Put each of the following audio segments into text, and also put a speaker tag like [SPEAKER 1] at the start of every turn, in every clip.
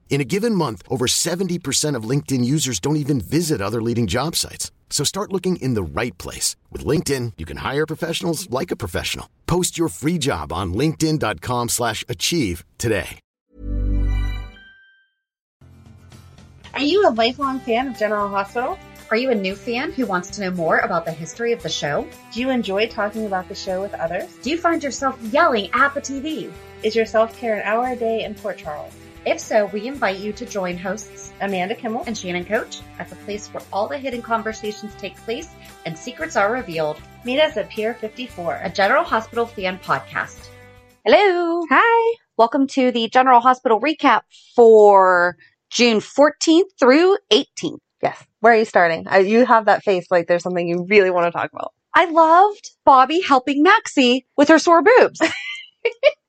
[SPEAKER 1] In a given month, over 70% of LinkedIn users don't even visit other leading job sites. So start looking in the right place. With LinkedIn, you can hire professionals like a professional. Post your free job on linkedin.com slash achieve today.
[SPEAKER 2] Are you a lifelong fan of General Hospital?
[SPEAKER 3] Are you a new fan who wants to know more about the history of the show?
[SPEAKER 2] Do you enjoy talking about the show with others?
[SPEAKER 3] Do you find yourself yelling at the TV?
[SPEAKER 2] Is your self-care an hour a day in Port Charles?
[SPEAKER 3] If so, we invite you to join hosts
[SPEAKER 2] Amanda Kimmel
[SPEAKER 3] and Shannon Coach at the place where all the hidden conversations take place and secrets are revealed.
[SPEAKER 2] Meet us at Pier 54,
[SPEAKER 3] a General Hospital fan podcast.
[SPEAKER 4] Hello.
[SPEAKER 2] Hi.
[SPEAKER 4] Welcome to the General Hospital recap for June 14th through 18th.
[SPEAKER 2] Yes. Where are you starting? I, you have that face like there's something you really want to talk about.
[SPEAKER 4] I loved Bobby helping Maxie with her sore boobs.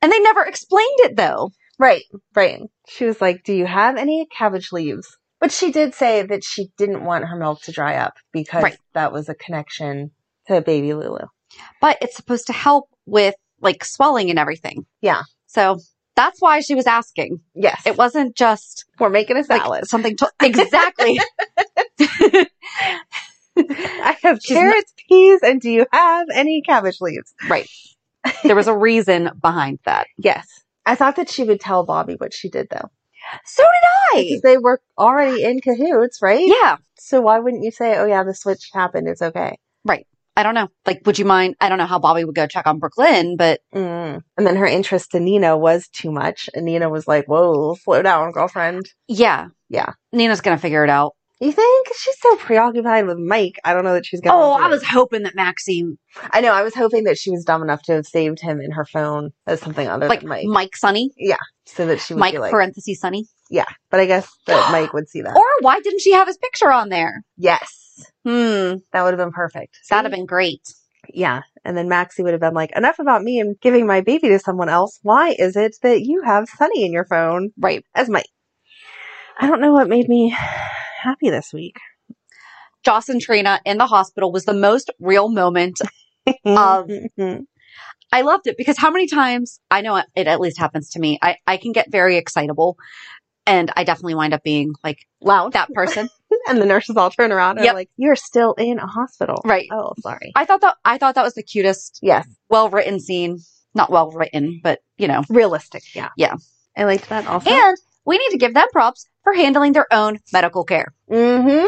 [SPEAKER 4] and they never explained it though.
[SPEAKER 2] Right, right. She was like, Do you have any cabbage leaves? But she did say that she didn't want her milk to dry up because
[SPEAKER 4] Right.
[SPEAKER 2] that was a connection to baby Lulu.
[SPEAKER 4] But it's supposed to help with like swelling and everything.
[SPEAKER 2] Yeah.
[SPEAKER 4] So that's why she was asking.
[SPEAKER 2] Yes.
[SPEAKER 4] It wasn't just
[SPEAKER 2] We're making a
[SPEAKER 4] like,
[SPEAKER 2] salad.
[SPEAKER 4] something to- exactly.
[SPEAKER 2] I have
[SPEAKER 4] She's not-
[SPEAKER 2] carrots, peas, and do you have any cabbage leaves?
[SPEAKER 4] right. There was a reason behind that.
[SPEAKER 2] Yes. I thought that she would tell Bobby what she did though.
[SPEAKER 4] So did I.
[SPEAKER 2] Because they were already in cahoots, right?
[SPEAKER 4] Yeah.
[SPEAKER 2] So why wouldn't you say, Oh yeah, the switch happened, it's okay.
[SPEAKER 4] I don't know. Like, would you mind? I don't know how Bobby would go check on Brooklyn, but
[SPEAKER 2] Mm. And then her interest in Nina was too much. And Nina was like, Whoa, slow down, girlfriend.
[SPEAKER 4] yeah.
[SPEAKER 2] Yeah.
[SPEAKER 4] Nina's going to figure it out.
[SPEAKER 2] You think she's so preoccupied with Mike? I don't know that she's gonna.
[SPEAKER 4] oh,
[SPEAKER 2] do
[SPEAKER 4] I
[SPEAKER 2] it.
[SPEAKER 4] was hoping that Maxine,
[SPEAKER 2] I know. I was hoping that she was dumb enough to have saved him in her phone as something other
[SPEAKER 4] like
[SPEAKER 2] than
[SPEAKER 4] Mike,
[SPEAKER 2] Mike,
[SPEAKER 4] Sunny,
[SPEAKER 2] so that she would
[SPEAKER 4] Mike
[SPEAKER 2] be like,
[SPEAKER 4] parentheses Sunny.
[SPEAKER 2] yeah. But I guess that Mike would see that.
[SPEAKER 4] Or why didn't she have his picture on there?
[SPEAKER 2] yes,
[SPEAKER 4] Hmm.
[SPEAKER 2] that would have been perfect.
[SPEAKER 4] That'd have been great.
[SPEAKER 2] yeah. And then Maxie would have been like, enough about me and giving my baby to someone else. Why is it that you have Sunny in your phone
[SPEAKER 4] Right.
[SPEAKER 2] as Mike? I don't know what made me happy this week.
[SPEAKER 4] Joss and Trina in the hospital was the most real moment. Of- I loved it because how many times I know it, it at least happens to me. I, I can get very excitable and I definitely wind up being like
[SPEAKER 2] loud.
[SPEAKER 4] that person.
[SPEAKER 2] And the nurses all turn around and are
[SPEAKER 4] Yep.
[SPEAKER 2] like, you're still in a hospital.
[SPEAKER 4] Right.
[SPEAKER 2] Oh, sorry.
[SPEAKER 4] I thought that, I thought that was the cutest
[SPEAKER 2] Yes.
[SPEAKER 4] well written scene. Not well written, but you know.
[SPEAKER 2] Realistic. Yeah.
[SPEAKER 4] Yeah.
[SPEAKER 2] I liked that also.
[SPEAKER 4] And we need to give them props for handling their own medical care.
[SPEAKER 2] mm-hmm.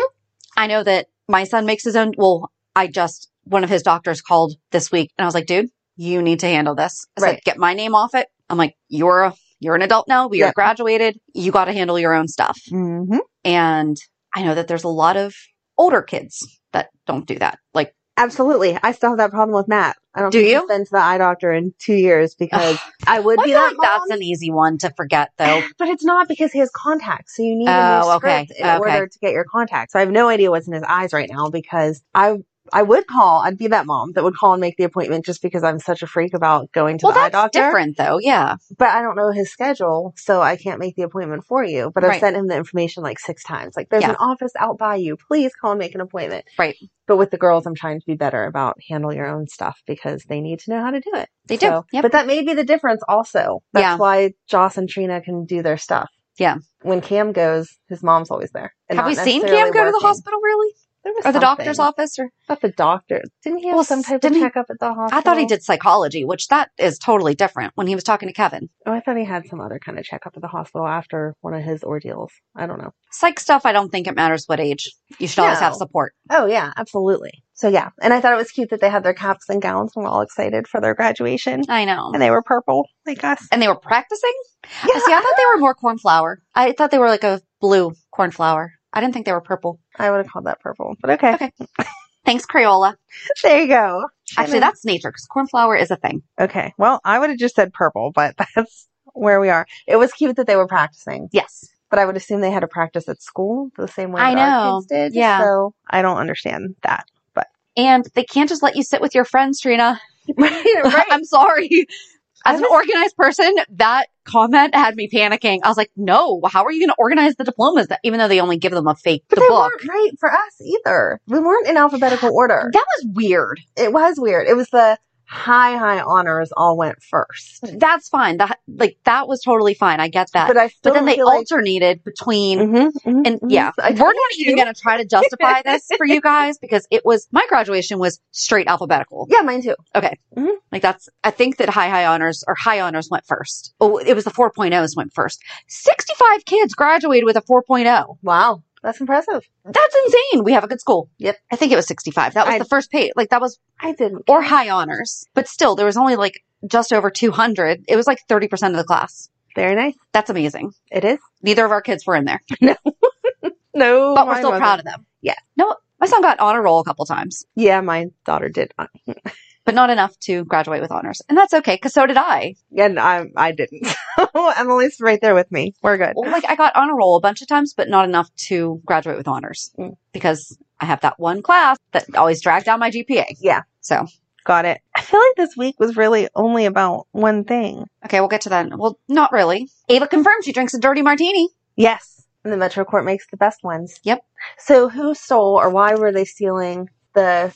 [SPEAKER 4] I know that my son makes his own. Well, I just, one of his doctors called this week and I was like, dude, you need to handle this. I said,
[SPEAKER 2] Right.
[SPEAKER 4] get my name off it. I'm like, you're a, you're an adult now. We are
[SPEAKER 2] Yep.
[SPEAKER 4] graduated. You got to handle your own stuff.
[SPEAKER 2] Mm-hmm.
[SPEAKER 4] And I know that there's a lot of older kids that don't do that. Like,
[SPEAKER 2] Absolutely. I still have that problem with Matt. I don't
[SPEAKER 4] Do
[SPEAKER 2] think he's
[SPEAKER 4] you?
[SPEAKER 2] been to the eye doctor in two years because I would
[SPEAKER 4] I
[SPEAKER 2] be
[SPEAKER 4] feel
[SPEAKER 2] that
[SPEAKER 4] like that's
[SPEAKER 2] mom,
[SPEAKER 4] an easy one to forget though.
[SPEAKER 2] but it's not because he has contacts. So you need a
[SPEAKER 4] Oh,
[SPEAKER 2] new
[SPEAKER 4] okay.
[SPEAKER 2] script in
[SPEAKER 4] Okay.
[SPEAKER 2] order to get your contacts. So I have no idea what's in his eyes right now because I I would call. I'd be that mom that would call and make the appointment just because I'm such a freak about going to
[SPEAKER 4] well,
[SPEAKER 2] the eye
[SPEAKER 4] that's
[SPEAKER 2] doctor.
[SPEAKER 4] different though. Yeah.
[SPEAKER 2] But I don't know his schedule, so I can't make the appointment for you. But I've
[SPEAKER 4] Right.
[SPEAKER 2] sent him the information like six times. Like, there's
[SPEAKER 4] Yeah.
[SPEAKER 2] an office out by you. Please call and make an appointment.
[SPEAKER 4] Right.
[SPEAKER 2] But with the girls, I'm trying to be better about handle your own stuff because they need to know how to do it.
[SPEAKER 4] They do.
[SPEAKER 2] So-
[SPEAKER 4] Yep.
[SPEAKER 2] But that may be the difference also. That's
[SPEAKER 4] Yeah.
[SPEAKER 2] why Joss and Trina can do their stuff.
[SPEAKER 4] Yeah.
[SPEAKER 2] When Cam goes, his mom's always there. and
[SPEAKER 4] Have
[SPEAKER 2] not
[SPEAKER 4] we seen Cam
[SPEAKER 2] necessarily
[SPEAKER 4] go to the
[SPEAKER 2] working.
[SPEAKER 4] hospital really?
[SPEAKER 2] There was
[SPEAKER 4] Or the
[SPEAKER 2] something.
[SPEAKER 4] doctor's office? Or
[SPEAKER 2] Not the doctor. Didn't he have
[SPEAKER 4] Well,
[SPEAKER 2] some type of
[SPEAKER 4] didn't he-
[SPEAKER 2] checkup at the hospital?
[SPEAKER 4] I thought he did psychology, which that is totally different when he was talking to Kevin.
[SPEAKER 2] Oh, I thought he had some other kind of checkup at the hospital after one of his ordeals. I don't know.
[SPEAKER 4] Psych stuff, I don't think it matters what age. You should always
[SPEAKER 2] No.
[SPEAKER 4] have support.
[SPEAKER 2] Oh yeah, absolutely. So yeah, and I thought it was cute that they had their caps and gowns and were all excited for their graduation,
[SPEAKER 4] I know.
[SPEAKER 2] and they were purple like us.
[SPEAKER 4] And they were practicing?
[SPEAKER 2] Yeah.
[SPEAKER 4] See, I thought they were more cornflower. I thought they were like a blue cornflower. I didn't think they were purple.
[SPEAKER 2] I would have called that purple, but okay.
[SPEAKER 4] Okay. Thanks, Crayola.
[SPEAKER 2] There you go.
[SPEAKER 4] Actually,
[SPEAKER 2] Shannon.
[SPEAKER 4] that's nature because cornflower is a thing.
[SPEAKER 2] okay. Well, I would have just said purple, but that's where we are. It was cute that they were practicing,
[SPEAKER 4] Yes.
[SPEAKER 2] but I would assume they had to practice at school the same way
[SPEAKER 4] I
[SPEAKER 2] that our
[SPEAKER 4] know.
[SPEAKER 2] kids did.
[SPEAKER 4] Yeah.
[SPEAKER 2] So I don't understand that.
[SPEAKER 4] And they can't just let you sit with your friends, Trina.
[SPEAKER 2] right.
[SPEAKER 4] I'm sorry.
[SPEAKER 2] I
[SPEAKER 4] As an
[SPEAKER 2] was-
[SPEAKER 4] organized person, that comment had me panicking. I was like, no, how are you going to organize the diplomas, that, even though they only give them a fake
[SPEAKER 2] But
[SPEAKER 4] the
[SPEAKER 2] they
[SPEAKER 4] book?
[SPEAKER 2] weren't right for us either. We weren't in alphabetical order.
[SPEAKER 4] That was weird.
[SPEAKER 2] It was weird. It was the high, high honors all went first.
[SPEAKER 4] That's fine. That like that was totally fine. I get that.
[SPEAKER 2] But
[SPEAKER 4] But,
[SPEAKER 2] I still
[SPEAKER 4] then
[SPEAKER 2] don't
[SPEAKER 4] they
[SPEAKER 2] feel like-
[SPEAKER 4] alternated between
[SPEAKER 2] Mhm, mhm,
[SPEAKER 4] and
[SPEAKER 2] mhm.
[SPEAKER 4] yeah,
[SPEAKER 2] I
[SPEAKER 4] we're not even going to try to justify this for you guys because it was my graduation was straight alphabetical.
[SPEAKER 2] yeah, mine too.
[SPEAKER 4] Mm-hmm. Like that's, I think that high, high honors or high honors went first. Oh, it was the 4.0s went first. 65 kids graduated with a 4.0.
[SPEAKER 2] Wow, that's impressive.
[SPEAKER 4] That's insane. We have a good school.
[SPEAKER 2] Yep.
[SPEAKER 4] I think it was 65. That was
[SPEAKER 2] I-
[SPEAKER 4] the first page. Like that was,
[SPEAKER 2] I didn't.
[SPEAKER 4] or high honors, but still there was only like just over 200. It was like 30% of the class.
[SPEAKER 2] Very nice.
[SPEAKER 4] That's amazing.
[SPEAKER 2] It is.
[SPEAKER 4] Neither of our kids were in there,
[SPEAKER 2] No,
[SPEAKER 4] but we're still proud of them.
[SPEAKER 2] Yeah.
[SPEAKER 4] No, my son got honor roll a couple times.
[SPEAKER 2] Yeah, my daughter did. not.
[SPEAKER 4] but not enough to graduate with honors. And that's okay, because so did I.
[SPEAKER 2] And I, I didn't. Emily's right there with me. We're good.
[SPEAKER 4] Well, like, I got honor roll a bunch of times, but not enough to graduate with honors
[SPEAKER 2] Mm.
[SPEAKER 4] because I have that one class that always dragged down my GPA.
[SPEAKER 2] Yeah.
[SPEAKER 4] So,
[SPEAKER 2] Got it. I feel like this week was really only about one thing.
[SPEAKER 4] okay, we'll get to that. Well, not really. Ava confirmed she drinks a dirty martini.
[SPEAKER 2] Yes. And the Metro Court makes the best ones.
[SPEAKER 4] Yep.
[SPEAKER 2] So who stole or why were they stealing the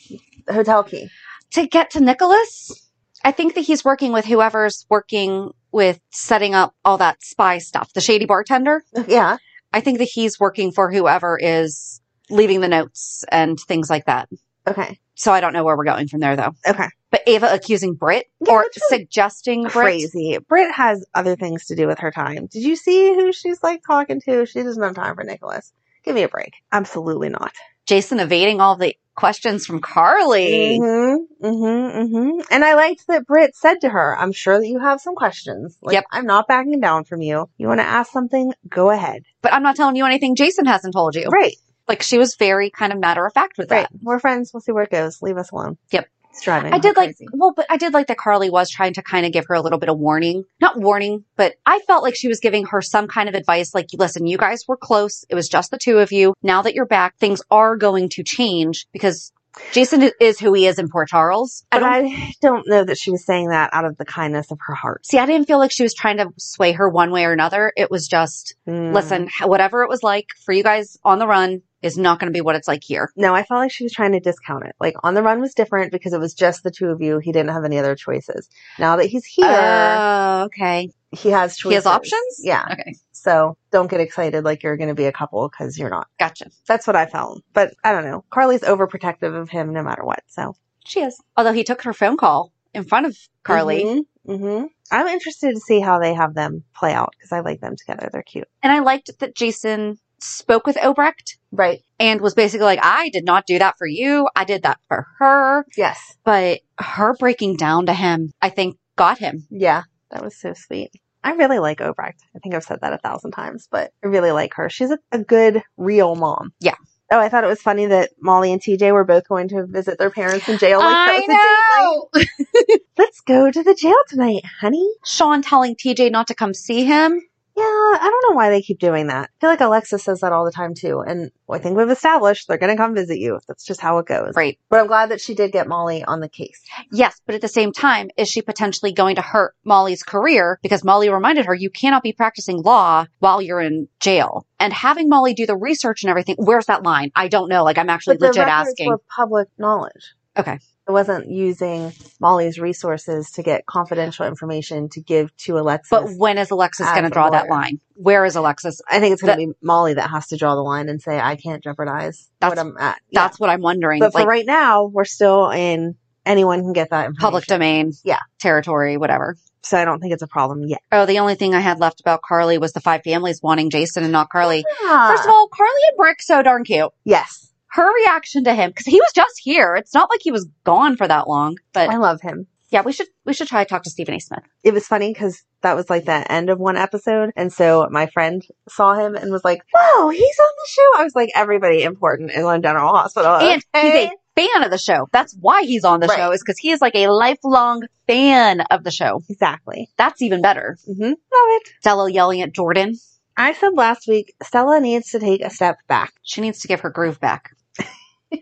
[SPEAKER 2] hotel key?
[SPEAKER 4] To get to Nicholas, I think that he's working with whoever's working with setting up all that spy stuff, the shady bartender.
[SPEAKER 2] Yeah.
[SPEAKER 4] I think that he's working for whoever is leaving the notes and things like that.
[SPEAKER 2] Okay.
[SPEAKER 4] So I don't know where we're going from there though.
[SPEAKER 2] Okay.
[SPEAKER 4] But Ava accusing Brit
[SPEAKER 2] Yeah,
[SPEAKER 4] or
[SPEAKER 2] that's really
[SPEAKER 4] suggesting Brit.
[SPEAKER 2] Crazy. Brit has other things to do with her time. Did you see who she's like talking to? She doesn't have time for Nicholas. Give me a break. Absolutely not.
[SPEAKER 4] Jason evading all the questions from Carly.
[SPEAKER 2] Mm-hmm. Mm-hmm. Mm-hmm. And I liked that Brit said to her, I'm sure that you have some questions. Like,
[SPEAKER 4] Yep.
[SPEAKER 2] I'm not backing down from you. You want to ask something? Go ahead.
[SPEAKER 4] But I'm not telling you anything Jason hasn't told you.
[SPEAKER 2] Right.
[SPEAKER 4] Like she was very kind of matter of fact with
[SPEAKER 2] Right.
[SPEAKER 4] that.
[SPEAKER 2] We're friends. We'll see where it goes. Leave us alone.
[SPEAKER 4] Yep.
[SPEAKER 2] It's driving.
[SPEAKER 4] I
[SPEAKER 2] her
[SPEAKER 4] did like
[SPEAKER 2] crazy.
[SPEAKER 4] well, but I did like that Carly was trying to kind of give her a little bit of warning. Not warning, but I felt like she was giving her some kind of advice like listen, you guys were close. It was just the two of you. Now that you're back, things are going to change because Jason is who he is in Port Charles.
[SPEAKER 2] But
[SPEAKER 4] I don't
[SPEAKER 2] I don't, know that she was saying that out of the kindness of her heart.
[SPEAKER 4] see, I didn't feel like she was trying to sway her one way or another. It was just,
[SPEAKER 2] Mm.
[SPEAKER 4] listen, h- whatever it was like for you guys on the run is not going to be what it's like here.
[SPEAKER 2] No, I felt like she was trying to discount it. Like on the run was different because it was just the two of you. He didn't have any other choices. Now that he's here,
[SPEAKER 4] Oh, okay.
[SPEAKER 2] he has choices.
[SPEAKER 4] He has options?
[SPEAKER 2] Yeah.
[SPEAKER 4] Okay.
[SPEAKER 2] So don't get excited like you're going to be a couple because you're not.
[SPEAKER 4] Gotcha.
[SPEAKER 2] That's what I felt. But I don't know. Carly's overprotective of him no matter what. So
[SPEAKER 4] She is. Although he took her phone call in front of Carly.
[SPEAKER 2] hmm I'm interested to see how they have them play out because I like them together. They're cute.
[SPEAKER 4] And I liked that Jason spoke with Obrecht
[SPEAKER 2] Right.
[SPEAKER 4] and was basically like, I did not do that for you. I did that for her.
[SPEAKER 2] Yes.
[SPEAKER 4] But her breaking down to him, I think got him.
[SPEAKER 2] Yeah. That was so sweet. I really like Obrecht. I think I've said that a thousand times, but I really like her. She's a, a good, real mom.
[SPEAKER 4] Yeah.
[SPEAKER 2] Oh, I thought it was funny that Molly and TJ were both going to visit their parents in jail. Like, that was a date night.
[SPEAKER 4] know.
[SPEAKER 2] Let's go to the jail tonight, honey.
[SPEAKER 4] Sean telling TJ not to come see him.
[SPEAKER 2] Yeah, I don't know why they keep doing that. I feel like Alexa says that all the time too. And I think we've established they're going to come visit you. That's just how it goes.
[SPEAKER 4] Right.
[SPEAKER 2] But I'm glad that she did get Molly on the case.
[SPEAKER 4] Yes, but at the same time, is she potentially going to hurt Molly's career? Because Molly reminded her you cannot be practicing law while you're in jail. And having Molly do the research and everything, where's that line? I don't know. Like I'm actually
[SPEAKER 2] but the
[SPEAKER 4] legit
[SPEAKER 2] records
[SPEAKER 4] asking.
[SPEAKER 2] were public knowledge.
[SPEAKER 4] Okay.
[SPEAKER 2] It wasn't using Molly's resources to get confidential information to give to Alexis.
[SPEAKER 4] But when is Alexis
[SPEAKER 2] as
[SPEAKER 4] going to
[SPEAKER 2] a
[SPEAKER 4] draw that
[SPEAKER 2] lawyer.
[SPEAKER 4] line? Where is Alexis?
[SPEAKER 2] I think it's going to be Molly that has to draw the line and say, I can't jeopardize what
[SPEAKER 4] That's-
[SPEAKER 2] I'm at. Yeah.
[SPEAKER 4] That's what I'm wondering.
[SPEAKER 2] But for
[SPEAKER 4] like
[SPEAKER 2] right now, we're still in anyone can get that information.
[SPEAKER 4] public domain,
[SPEAKER 2] Yeah.
[SPEAKER 4] territory, whatever.
[SPEAKER 2] So I don't think it's a problem yet.
[SPEAKER 4] Oh, the only thing I had left about Carly was the five families wanting Jason and not Carly.
[SPEAKER 2] Uh.
[SPEAKER 4] First of all, Carly and Brick so darn cute.
[SPEAKER 2] yes,
[SPEAKER 4] Her reaction to him because he was just here. It's not like he was gone for that long. But
[SPEAKER 2] I love him.
[SPEAKER 4] yeah, we should we should try to talk to Stephen A. Smith.
[SPEAKER 2] It was funny because that was like the end of one episode. And so my friend saw him and was like, whoa, he's on the show. I was like, everybody important in Lone General Hospital.
[SPEAKER 4] And he's
[SPEAKER 2] okay?"
[SPEAKER 4] a fan of the show. That's why he's on the
[SPEAKER 2] Right.
[SPEAKER 4] show is because he is like a lifelong fan of the show.
[SPEAKER 2] Exactly.
[SPEAKER 4] That's even better.
[SPEAKER 2] hmm Love it.
[SPEAKER 4] Stella yelling at Jordan.
[SPEAKER 2] I said last week, Stella needs to take a step back.
[SPEAKER 4] She needs to give her groove back.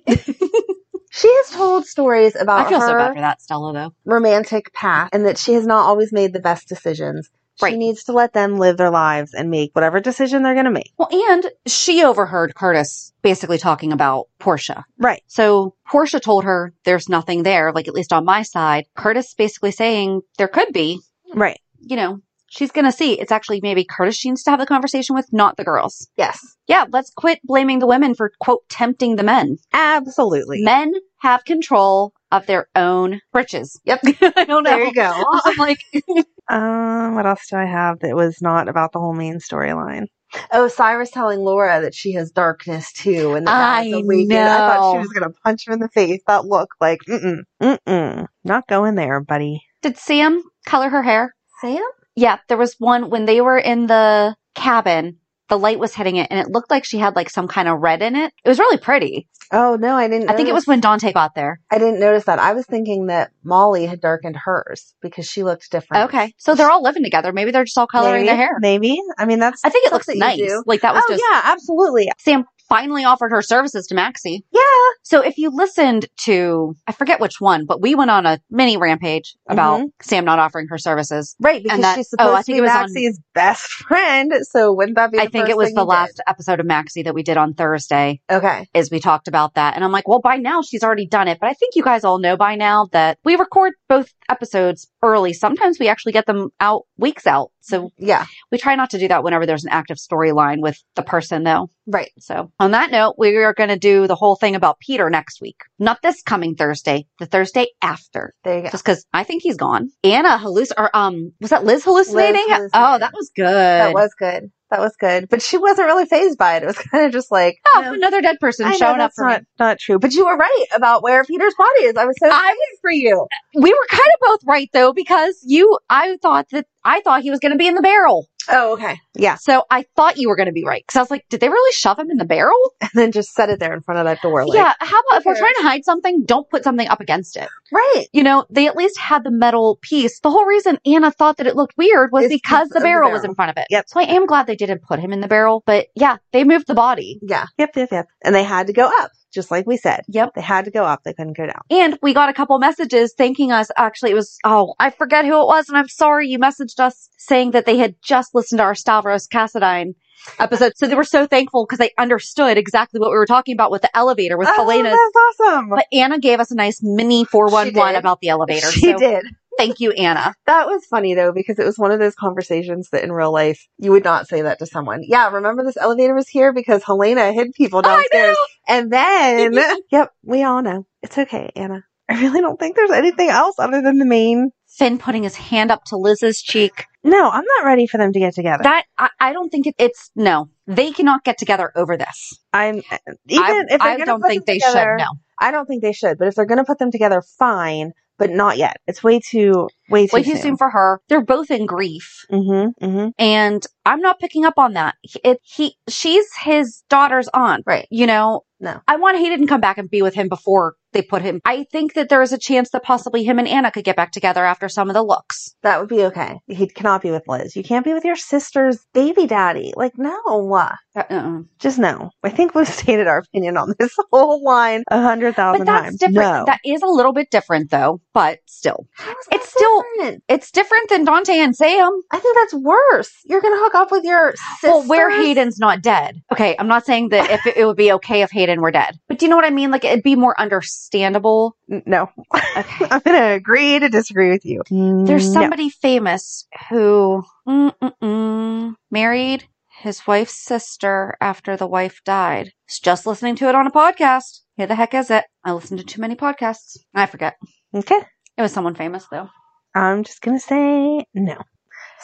[SPEAKER 2] She has told stories about
[SPEAKER 4] I feel
[SPEAKER 2] her
[SPEAKER 4] so bad for that Stella though.
[SPEAKER 2] romantic path and that she has not always made the best decisions. She
[SPEAKER 4] Right.
[SPEAKER 2] needs to let them live their lives and make whatever decision they're going to make.
[SPEAKER 4] Well, and she overheard Curtis basically talking about Portia.
[SPEAKER 2] Right.
[SPEAKER 4] So Portia told her there's nothing there, like at least on my side. Curtis basically saying there could be,
[SPEAKER 2] Right.
[SPEAKER 4] you know, she's going to see. It's actually maybe Curtis she needs to have the conversation with, not the girls.
[SPEAKER 2] Yes.
[SPEAKER 4] Yeah, let's quit blaming the women for, quote, tempting the men.
[SPEAKER 2] Absolutely.
[SPEAKER 4] Men have control of their own riches.
[SPEAKER 2] Yep.
[SPEAKER 4] I don't know.
[SPEAKER 2] There you go.
[SPEAKER 4] I'm like,
[SPEAKER 2] Um, what else do I have that was not about the whole main storyline? Oh, Cyrus telling Laura that she has darkness too, and that
[SPEAKER 4] I
[SPEAKER 2] Al's awakened. I thought she
[SPEAKER 4] know.
[SPEAKER 2] was going to punch him in the face. That look, like, mm mm, mm not going there, buddy.
[SPEAKER 4] did Sam color her hair?
[SPEAKER 2] Sam?
[SPEAKER 4] Yeah, there was one when they were in the cabin, the light was hitting it and it looked like she had like some kind of red in it. It was really pretty.
[SPEAKER 2] Oh no, I didn't.
[SPEAKER 4] I think it
[SPEAKER 2] notice-
[SPEAKER 4] was when Dante got there.
[SPEAKER 2] I didn't notice that. I was thinking that Molly had darkened hers because she looked different.
[SPEAKER 4] Okay. So they're all living together. Maybe they're just all coloring
[SPEAKER 2] Maybe-
[SPEAKER 4] their hair.
[SPEAKER 2] Maybe. I mean, that's.
[SPEAKER 4] I think it
[SPEAKER 2] stuff
[SPEAKER 4] looks
[SPEAKER 2] that you
[SPEAKER 4] nice.
[SPEAKER 2] do.
[SPEAKER 4] Like that was
[SPEAKER 2] oh
[SPEAKER 4] just
[SPEAKER 2] yeah, absolutely.
[SPEAKER 4] Sam finally offered her services to Maxie.
[SPEAKER 2] Yeah.
[SPEAKER 4] So if you listened to I forget which one, but we went on a mini rampage about
[SPEAKER 2] Mm-hmm.
[SPEAKER 4] Sam not offering her services.
[SPEAKER 2] Right, because
[SPEAKER 4] that-
[SPEAKER 2] she's
[SPEAKER 4] oh, I
[SPEAKER 2] supposed to
[SPEAKER 4] think
[SPEAKER 2] be
[SPEAKER 4] it was on-
[SPEAKER 2] Maxie's best friend. So wouldn't that be? The
[SPEAKER 4] I think
[SPEAKER 2] first
[SPEAKER 4] it was
[SPEAKER 2] thing
[SPEAKER 4] the
[SPEAKER 2] you
[SPEAKER 4] last episode of Maxie that we did on Thursday.
[SPEAKER 2] did? Okay.
[SPEAKER 4] is we talked about that. And I'm like, well, by now she's already done it. But I think you guys all know by now that we record both episodes early. Sometimes we actually get them out weeks out. So
[SPEAKER 2] Yeah.
[SPEAKER 4] we try not to do that whenever there's an active storyline with the person though.
[SPEAKER 2] Right.
[SPEAKER 4] So on that note, we are going to do the whole thing about Peter next week. Not this coming Thursday, the Thursday after.
[SPEAKER 2] There you go.
[SPEAKER 4] Just because I think he's gone. Anna halluc or um was that Liz hallucinating?
[SPEAKER 2] hallucinating.
[SPEAKER 4] Oh, that was good.
[SPEAKER 2] That was good. That was good. But she wasn't really phased by it. It was kind of just like,
[SPEAKER 4] oh,
[SPEAKER 2] no,
[SPEAKER 4] another dead person
[SPEAKER 2] I know
[SPEAKER 4] showing up
[SPEAKER 2] that's
[SPEAKER 4] for me.
[SPEAKER 2] not, not true. But you were right about where Peter's body is. I was so
[SPEAKER 4] I
[SPEAKER 2] excited for you.
[SPEAKER 4] we were kind of both right though because you i thought that i thought he was going to be in the barrel
[SPEAKER 2] Oh, okay. Yeah.
[SPEAKER 4] so i thought you were going to be right because i was like did they really shove him in the barrel
[SPEAKER 2] And then just set it there in front of that door. Like,
[SPEAKER 4] yeah how about if we're
[SPEAKER 2] okay.
[SPEAKER 4] trying to hide something don't put something up against it
[SPEAKER 2] Right.
[SPEAKER 4] you know they at least had the metal piece the whole reason anna thought that it looked weird was
[SPEAKER 2] It's
[SPEAKER 4] because the
[SPEAKER 2] because of the
[SPEAKER 4] barrel, was
[SPEAKER 2] barrel.
[SPEAKER 4] in front of it
[SPEAKER 2] Yep.
[SPEAKER 4] so i am glad they didn't put him in the barrel but yeah they moved the body
[SPEAKER 2] Yeah. Yep. Yep. Yep. And they had to go up, just like we said.
[SPEAKER 4] yep
[SPEAKER 2] They had to go up. They couldn't go down.
[SPEAKER 4] and we got a couple messages thanking us. Actually, it was, oh, I forget who it was. And I'm sorry you messaged us saying that they had just listened to our Stavros Cassadine episode. So they were so thankful because they understood exactly what we were talking about with the elevator with
[SPEAKER 2] oh,
[SPEAKER 4] Helena's.
[SPEAKER 2] that's awesome.
[SPEAKER 4] But Anna gave us a nice mini
[SPEAKER 2] She
[SPEAKER 4] 411
[SPEAKER 2] did.
[SPEAKER 4] about the elevator.
[SPEAKER 2] she
[SPEAKER 4] so
[SPEAKER 2] did.
[SPEAKER 4] thank you, Anna.
[SPEAKER 2] That was funny though, because it was one of those conversations that in real life you would not say that to someone. Yeah, remember this elevator was here because Helena hid people downstairs. And then, yep, we all know. It's okay, Anna. I really don't think there's anything else other than the main.
[SPEAKER 4] Finn putting his hand up to Liz's cheek.
[SPEAKER 2] No, I'm not ready for them to get together.
[SPEAKER 4] That, I, I don't think it, it's, no, they cannot get together over this.
[SPEAKER 2] I'm even
[SPEAKER 4] I,
[SPEAKER 2] if they're
[SPEAKER 4] I
[SPEAKER 2] gonna
[SPEAKER 4] don't
[SPEAKER 2] put
[SPEAKER 4] think
[SPEAKER 2] them
[SPEAKER 4] they
[SPEAKER 2] together-
[SPEAKER 4] should. No.
[SPEAKER 2] I don't think they should. But if they're going to put them together, fine. But not yet. It's way too way too
[SPEAKER 4] Way too soon for her. They're both in grief.
[SPEAKER 2] mm-hmm, mm-hmm.
[SPEAKER 4] and I'm not picking up on that. He- It, he, she's his daughter's aunt,
[SPEAKER 2] Right.
[SPEAKER 4] You know,
[SPEAKER 2] No.
[SPEAKER 4] I want Hayden to come back and be with him before they put him. I think that there is a chance that possibly him and Anna could get back together after some of the looks.
[SPEAKER 2] That would be okay. He cannot be with Liz. You can't be with your sister's baby daddy. Like, no.
[SPEAKER 4] That- uh-uh.
[SPEAKER 2] Just no. I think we've stated our opinion on this whole line a hundred
[SPEAKER 4] But
[SPEAKER 2] thousand
[SPEAKER 4] that's
[SPEAKER 2] times.
[SPEAKER 4] different.
[SPEAKER 2] No.
[SPEAKER 4] That is a little bit different though, but still.
[SPEAKER 2] How is
[SPEAKER 4] it's still-
[SPEAKER 2] different?
[SPEAKER 4] It's different than Dante and Sam.
[SPEAKER 2] I think that's worse. You're gonna hook up with your sister.
[SPEAKER 4] Well, where Hayden's not dead. Okay, I'm not saying that if it, it would be okay if Hayden were dead, but do you know what I mean? Like it'd be more understandable.
[SPEAKER 2] No,
[SPEAKER 4] Okay.
[SPEAKER 2] I'm gonna agree to disagree with you.
[SPEAKER 4] There's
[SPEAKER 2] No.
[SPEAKER 4] somebody famous who mm-mm-mm, married his wife's sister after the wife died. Was just listening to it on a podcast. Who the heck is it? I listened to too many podcasts. I forget.
[SPEAKER 2] Okay,
[SPEAKER 4] It was someone famous though.
[SPEAKER 2] I'm just gonna say no.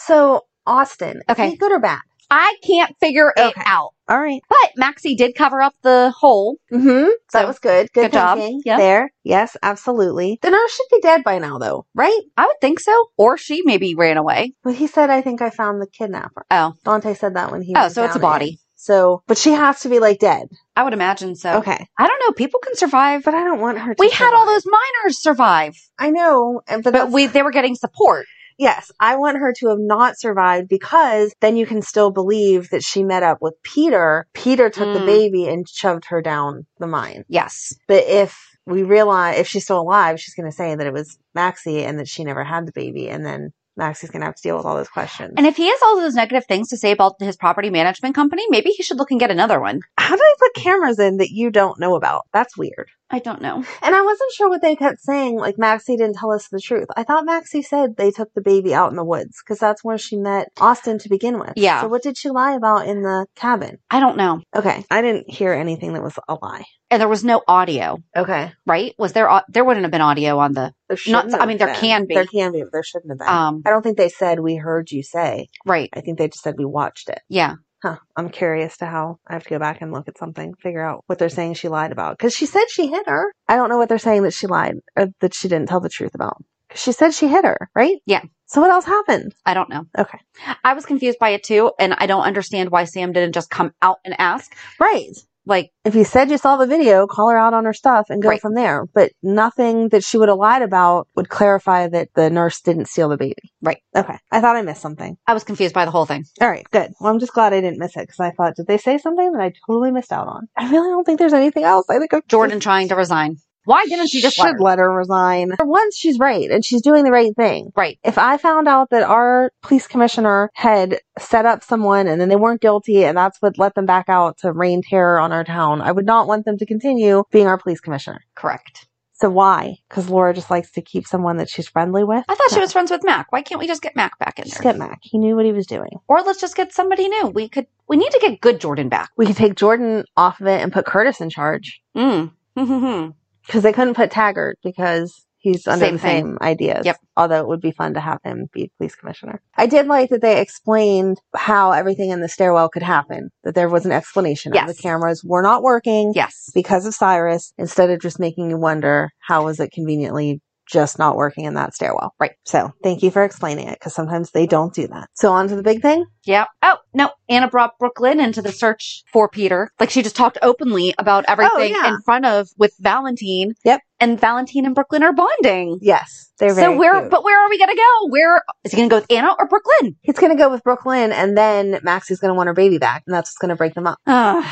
[SPEAKER 2] So Austin, is
[SPEAKER 4] Okay.
[SPEAKER 2] he good or bad?
[SPEAKER 4] I can't figure it
[SPEAKER 2] Okay.
[SPEAKER 4] out.
[SPEAKER 2] All right.
[SPEAKER 4] But Maxie did cover up the hole.
[SPEAKER 2] Mm-hmm. that
[SPEAKER 4] So,
[SPEAKER 2] was good. Good,
[SPEAKER 4] good job.
[SPEAKER 2] thinking
[SPEAKER 4] Yeah.
[SPEAKER 2] There. Yes, absolutely. The nurse should be dead by now, though, right?
[SPEAKER 4] I would think so. Or she maybe ran away.
[SPEAKER 2] Well, he said, "I think I found the kidnapper."
[SPEAKER 4] Oh.
[SPEAKER 2] Dante said that when he.
[SPEAKER 4] Oh,
[SPEAKER 2] was
[SPEAKER 4] so it's a
[SPEAKER 2] down in it.
[SPEAKER 4] body.
[SPEAKER 2] So, but she has to be like dead.
[SPEAKER 4] I would imagine so.
[SPEAKER 2] Okay,
[SPEAKER 4] I don't know. People can survive.
[SPEAKER 2] but I don't want her. to
[SPEAKER 4] We had all
[SPEAKER 2] survive.
[SPEAKER 4] those miners survive,
[SPEAKER 2] I know, and- but,
[SPEAKER 4] but
[SPEAKER 2] that's-
[SPEAKER 4] we they were getting support.
[SPEAKER 2] Yes, I want her to have not survived because then you can still believe that she met up with Peter. Peter took the
[SPEAKER 4] Mm.
[SPEAKER 2] baby and shoved her down the mine.
[SPEAKER 4] Yes.
[SPEAKER 2] But if we realize if she's still alive, she's going to say that it was Maxie and that she never had the baby, and then Maxie's going to have to deal with all those questions.
[SPEAKER 4] And if he has all those negative things to say about his property management company, maybe he should look and get another one.
[SPEAKER 2] How do they put cameras in that you don't know about? That's weird.
[SPEAKER 4] I don't know.
[SPEAKER 2] And I wasn't sure what they kept saying. Like Maxie didn't tell us the truth. I thought Maxie said they took the baby out in the woods because that's where she met Austin to begin with.
[SPEAKER 4] Yeah.
[SPEAKER 2] So what did she lie about in the cabin?
[SPEAKER 4] I don't know.
[SPEAKER 2] Okay. I didn't hear anything that was a lie.
[SPEAKER 4] And there was no audio,
[SPEAKER 2] Okay.
[SPEAKER 4] right? Was there? au- There wouldn't have been audio on the
[SPEAKER 2] There shouldn't
[SPEAKER 4] I
[SPEAKER 2] have
[SPEAKER 4] mean, there
[SPEAKER 2] been.
[SPEAKER 4] can be.
[SPEAKER 2] There can be, but there shouldn't have been.
[SPEAKER 4] um.
[SPEAKER 2] I don't think they said we heard you say.
[SPEAKER 4] Right.
[SPEAKER 2] I think they just said we watched it.
[SPEAKER 4] Yeah.
[SPEAKER 2] Huh. I'm curious to how I have to go back and look at something, figure out what they're saying she lied about. Because she said she hit her. I don't know what they're saying that she lied or that she didn't tell the truth about. 'Cause she said she hit her, right?
[SPEAKER 4] Yeah.
[SPEAKER 2] So what else happened?
[SPEAKER 4] I don't know.
[SPEAKER 2] Okay.
[SPEAKER 4] I was confused by it too, and I don't understand why Sam didn't just come out and ask.
[SPEAKER 2] Right.
[SPEAKER 4] Like,
[SPEAKER 2] If you said you saw the video, call her out on her stuff and go
[SPEAKER 4] Right.
[SPEAKER 2] from there. But nothing that she would have lied about would clarify that the nurse didn't steal the baby.
[SPEAKER 4] Right.
[SPEAKER 2] Okay. I thought I missed something.
[SPEAKER 4] I was confused by the whole thing.
[SPEAKER 2] All right. Good. Well, I'm just glad I didn't miss it because I thought, did they say something that I totally missed out on? I really don't think there's anything else. I think I'm
[SPEAKER 4] Jordan trying to resign. Why didn't she just let her?
[SPEAKER 2] should let her resign. For once, she's right and she's doing the right thing.
[SPEAKER 4] Right.
[SPEAKER 2] If I found out that our police commissioner had set up someone and then they weren't guilty and that's what let them back out to rain terror on our town, I would not want them to continue being our police commissioner.
[SPEAKER 4] Correct.
[SPEAKER 2] So why? Because Laura just likes to keep someone that she's friendly with.
[SPEAKER 4] I thought she
[SPEAKER 2] No.
[SPEAKER 4] was friends with Mac. Why can't we just get Mac back in
[SPEAKER 2] Just
[SPEAKER 4] there?
[SPEAKER 2] get Mac. He knew what he was doing.
[SPEAKER 4] or let's just get somebody new. We could. We need to get good Jordan back.
[SPEAKER 2] We could take Jordan off of it and put Curtis in charge
[SPEAKER 4] Mm. Mhm.
[SPEAKER 2] because they couldn't put Taggart because he's under
[SPEAKER 4] Same
[SPEAKER 2] the
[SPEAKER 4] thing.
[SPEAKER 2] same ideas.
[SPEAKER 4] Yep.
[SPEAKER 2] Although it would be fun to have him be police commissioner. I did like that they explained how everything in the stairwell could happen. That there was an explanation. of
[SPEAKER 4] Yes.
[SPEAKER 2] The cameras were not working
[SPEAKER 4] yes.
[SPEAKER 2] because of Cyrus instead of just making you wonder how was it conveniently just not working in that stairwell.
[SPEAKER 4] Right.
[SPEAKER 2] So thank you for explaining it because sometimes they don't do that. So on to the big thing.
[SPEAKER 4] Yeah. Oh no, Anna brought Brooklyn into the search for Peter. Like she just talked openly about everything
[SPEAKER 2] yeah.
[SPEAKER 4] in front of with Valentine.
[SPEAKER 2] Yep.
[SPEAKER 4] And Valentine and Brooklyn are bonding.
[SPEAKER 2] Yes. They're
[SPEAKER 4] so
[SPEAKER 2] very
[SPEAKER 4] where?
[SPEAKER 2] cute.
[SPEAKER 4] But where are we gonna go? Where is he gonna go with Anna or Brooklyn?
[SPEAKER 2] He's going to go with Brooklyn and then Maxie's going to want her baby back and that's what's going to break them up.
[SPEAKER 4] Uh,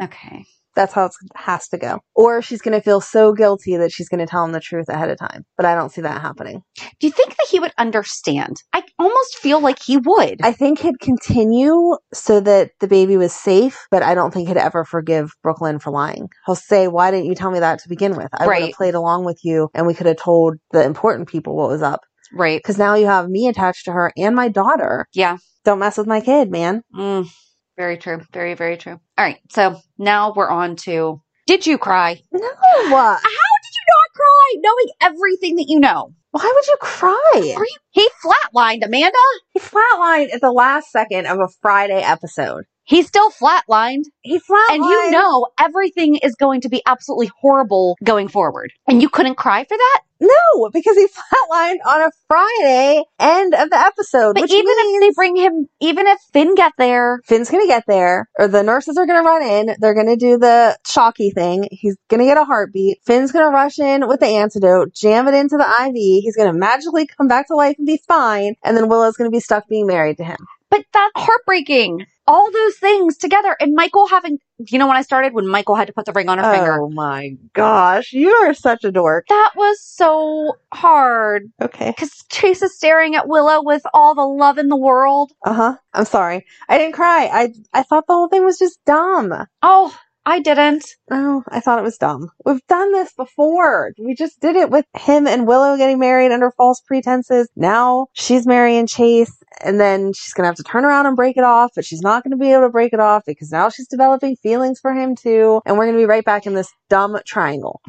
[SPEAKER 4] okay.
[SPEAKER 2] That's how it has to go. Or she's going to feel so guilty that she's going to tell him the truth ahead of time. But I don't see that happening.
[SPEAKER 4] Do you think that he would understand? I almost feel like he would.
[SPEAKER 2] I think he'd continue so that the baby was safe, but I don't think he'd ever forgive Brooklyn for lying. He'll say, why didn't you tell me that to begin with? I would
[SPEAKER 4] Right.
[SPEAKER 2] have played along with you and we could have told the important people what was up.
[SPEAKER 4] right.
[SPEAKER 2] Because now you have me attached to her and my daughter.
[SPEAKER 4] Yeah.
[SPEAKER 2] Don't mess with my kid, man.
[SPEAKER 4] Mm, very true. Very very true. All right. So now we're on to. Did you cry?
[SPEAKER 2] No. Why
[SPEAKER 4] How did you not cry, knowing everything that you know?
[SPEAKER 2] would you cry?
[SPEAKER 4] Are you- he flatlined Amanda.
[SPEAKER 2] He flatlined at the last second of a Friday episode.
[SPEAKER 4] He's still flatlined.
[SPEAKER 2] He flatlined.
[SPEAKER 4] And you know everything is going to be absolutely horrible going forward. And you couldn't cry for that?
[SPEAKER 2] No, because he flatlined on a Friday end of the episode.
[SPEAKER 4] But
[SPEAKER 2] which
[SPEAKER 4] even
[SPEAKER 2] means
[SPEAKER 4] if they bring him, even if Finn got there,
[SPEAKER 2] Finn's gonna get there, or the nurses are gonna run in. They're gonna do the shocky thing. He's gonna get a heartbeat. Finn's gonna rush in with the antidote, jam it into the IV. He's gonna magically come back to life and be fine. And then Willow's gonna be stuck being married to him.
[SPEAKER 4] but that's heartbreaking. All those things together and Michael having, you know, when I started, when Michael had to put the ring on her finger,
[SPEAKER 2] Oh my gosh, you are such a dork.
[SPEAKER 4] that was so hard
[SPEAKER 2] Okay.
[SPEAKER 4] because Chase is staring at Willow with all the love in the world.
[SPEAKER 2] Uh huh. I'm sorry. I didn't cry. I I thought the whole thing was just dumb.
[SPEAKER 4] Oh, I didn't.
[SPEAKER 2] Oh, I thought it was dumb. We've done this before. We just did it with him and Willow getting married under false pretenses. Now she's marrying Chase and then she's going to have to turn around and break it off, but she's not going to be able to break it off because now she's developing feelings for him too. And we're going to be right back in this dumb triangle.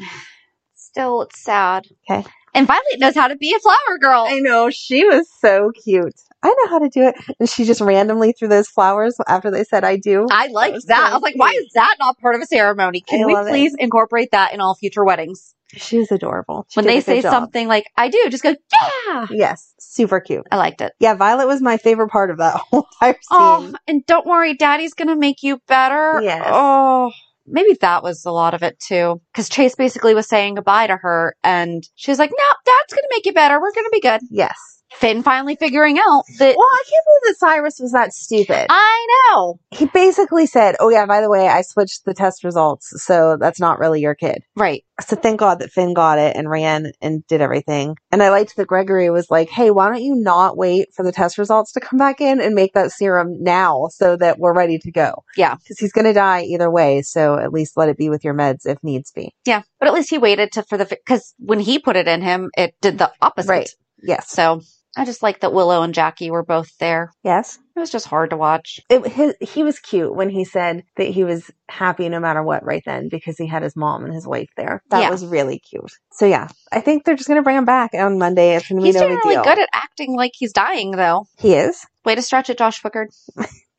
[SPEAKER 4] Still, it's sad.
[SPEAKER 2] Okay.
[SPEAKER 4] And Violet knows how to be a flower girl.
[SPEAKER 2] I know. She was so cute. I know how to do it. And she just randomly threw those flowers after they said, I do.
[SPEAKER 4] I liked
[SPEAKER 2] was
[SPEAKER 4] that. I
[SPEAKER 2] so
[SPEAKER 4] was like, why
[SPEAKER 2] cute.
[SPEAKER 4] is that not part of a ceremony? Can
[SPEAKER 2] I
[SPEAKER 4] we
[SPEAKER 2] love it.
[SPEAKER 4] please incorporate that in all future weddings?
[SPEAKER 2] She was adorable. She
[SPEAKER 4] when
[SPEAKER 2] did a
[SPEAKER 4] they
[SPEAKER 2] good
[SPEAKER 4] say
[SPEAKER 2] job.
[SPEAKER 4] something like, I do, just go, yeah.
[SPEAKER 2] Yes. Super cute.
[SPEAKER 4] I liked it.
[SPEAKER 2] Yeah, Violet was my favorite part of that whole entire scene.
[SPEAKER 4] Oh, and don't worry, daddy's going to make you better.
[SPEAKER 2] Yes.
[SPEAKER 4] Oh, maybe that was a lot of it too. Cause Chase basically was saying goodbye to her and she was like, no, dad's going to make you better. We're going to be good.
[SPEAKER 2] Yes.
[SPEAKER 4] Finn finally figuring out that
[SPEAKER 2] Well, I can't believe that Cyrus was that stupid.
[SPEAKER 4] I know.
[SPEAKER 2] he basically said, "Oh yeah, by the way, I switched the test results, so that's not really your kid."
[SPEAKER 4] Right.
[SPEAKER 2] So thank God that Finn got it and ran and did everything. And I liked that Gregory was like, "Hey, why don't you not wait for the test results to come back in and make that serum now, so that we're ready to go?"
[SPEAKER 4] Yeah.
[SPEAKER 2] because he's going to die either way. So at least let it be with your meds if needs be.
[SPEAKER 4] Yeah. But at least he waited to, for the, cause when he put it in him, it did the opposite.
[SPEAKER 2] Right. Yes.
[SPEAKER 4] So I just like that Willow and Jackie were both there.
[SPEAKER 2] Yes.
[SPEAKER 4] It was just hard to watch.
[SPEAKER 2] it, his, he was cute when he said that he was happy no matter what right then because he had his mom and his wife there. That
[SPEAKER 4] Yeah.
[SPEAKER 2] was really cute. So yeah, I think they're just going to bring him back on Monday. It's going to be
[SPEAKER 4] He's
[SPEAKER 2] no big
[SPEAKER 4] generally
[SPEAKER 2] deal.
[SPEAKER 4] good at acting like he's dying, though.
[SPEAKER 2] he is.
[SPEAKER 4] Way to stretch it, Josh Fickard.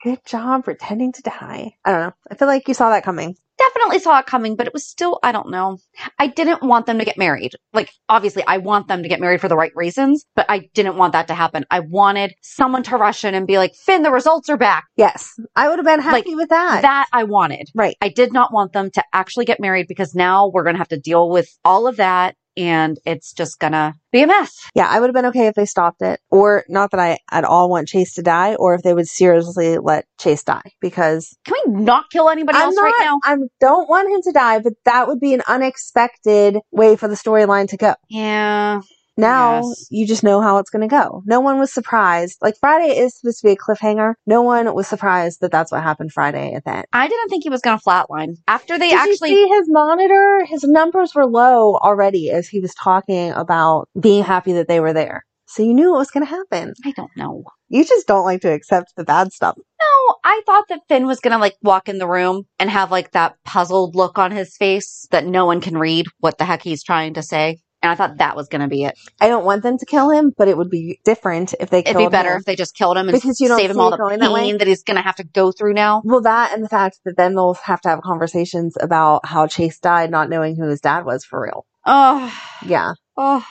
[SPEAKER 2] Good job pretending to die. I don't know. I feel like you saw that coming.
[SPEAKER 4] Definitely saw it coming, but it was still, I don't know. I didn't want them to get married. Like, obviously, I want them to get married for the right reasons, but I didn't want that to happen. I wanted someone to rush in and be like, Finn, the results are back.
[SPEAKER 2] Yes. I would have been
[SPEAKER 4] Like,
[SPEAKER 2] happy with that.
[SPEAKER 4] That I wanted.
[SPEAKER 2] Right.
[SPEAKER 4] I did not want them to actually get married because now we're going to have to deal with all of that and it's just going to be a mess.
[SPEAKER 2] Yeah, I would have been okay if they stopped it. Or not that I at all want Chase to die, or if they would seriously let Chase die because
[SPEAKER 4] Can we not kill anybody else right now?
[SPEAKER 2] I don't want him to die, but that would be an unexpected way for the storyline to go.
[SPEAKER 4] Yeah.
[SPEAKER 2] Now
[SPEAKER 4] Yes.
[SPEAKER 2] you just know how it's going to go. No one was surprised. Like Friday is supposed to be a cliffhanger. No one was surprised that that's what happened Friday at that.
[SPEAKER 4] I didn't think he was going to flatline. After they
[SPEAKER 2] Did
[SPEAKER 4] actually.
[SPEAKER 2] you see his monitor? His numbers were low already as he was talking about being happy that they were there. So you knew it was going to happen.
[SPEAKER 4] I don't know.
[SPEAKER 2] You just don't like to accept the bad stuff.
[SPEAKER 4] No, I thought that Finn was going to like walk in the room and have like that puzzled look on his face that no one can read what the heck he's trying to say. And I thought that was going to be it.
[SPEAKER 2] I don't want them to kill him, but it would be different if they
[SPEAKER 4] It'd
[SPEAKER 2] killed
[SPEAKER 4] be better
[SPEAKER 2] him.
[SPEAKER 4] if they just killed him and
[SPEAKER 2] Because you don't
[SPEAKER 4] save him
[SPEAKER 2] see
[SPEAKER 4] all
[SPEAKER 2] it
[SPEAKER 4] the
[SPEAKER 2] going
[SPEAKER 4] pain
[SPEAKER 2] that
[SPEAKER 4] that,
[SPEAKER 2] way.
[SPEAKER 4] he's going to have to go through now.
[SPEAKER 2] Well, that and the fact that then they'll have to have conversations about how Chase died, not knowing who his dad was for real.
[SPEAKER 4] Oh,
[SPEAKER 2] Yeah.
[SPEAKER 4] oh.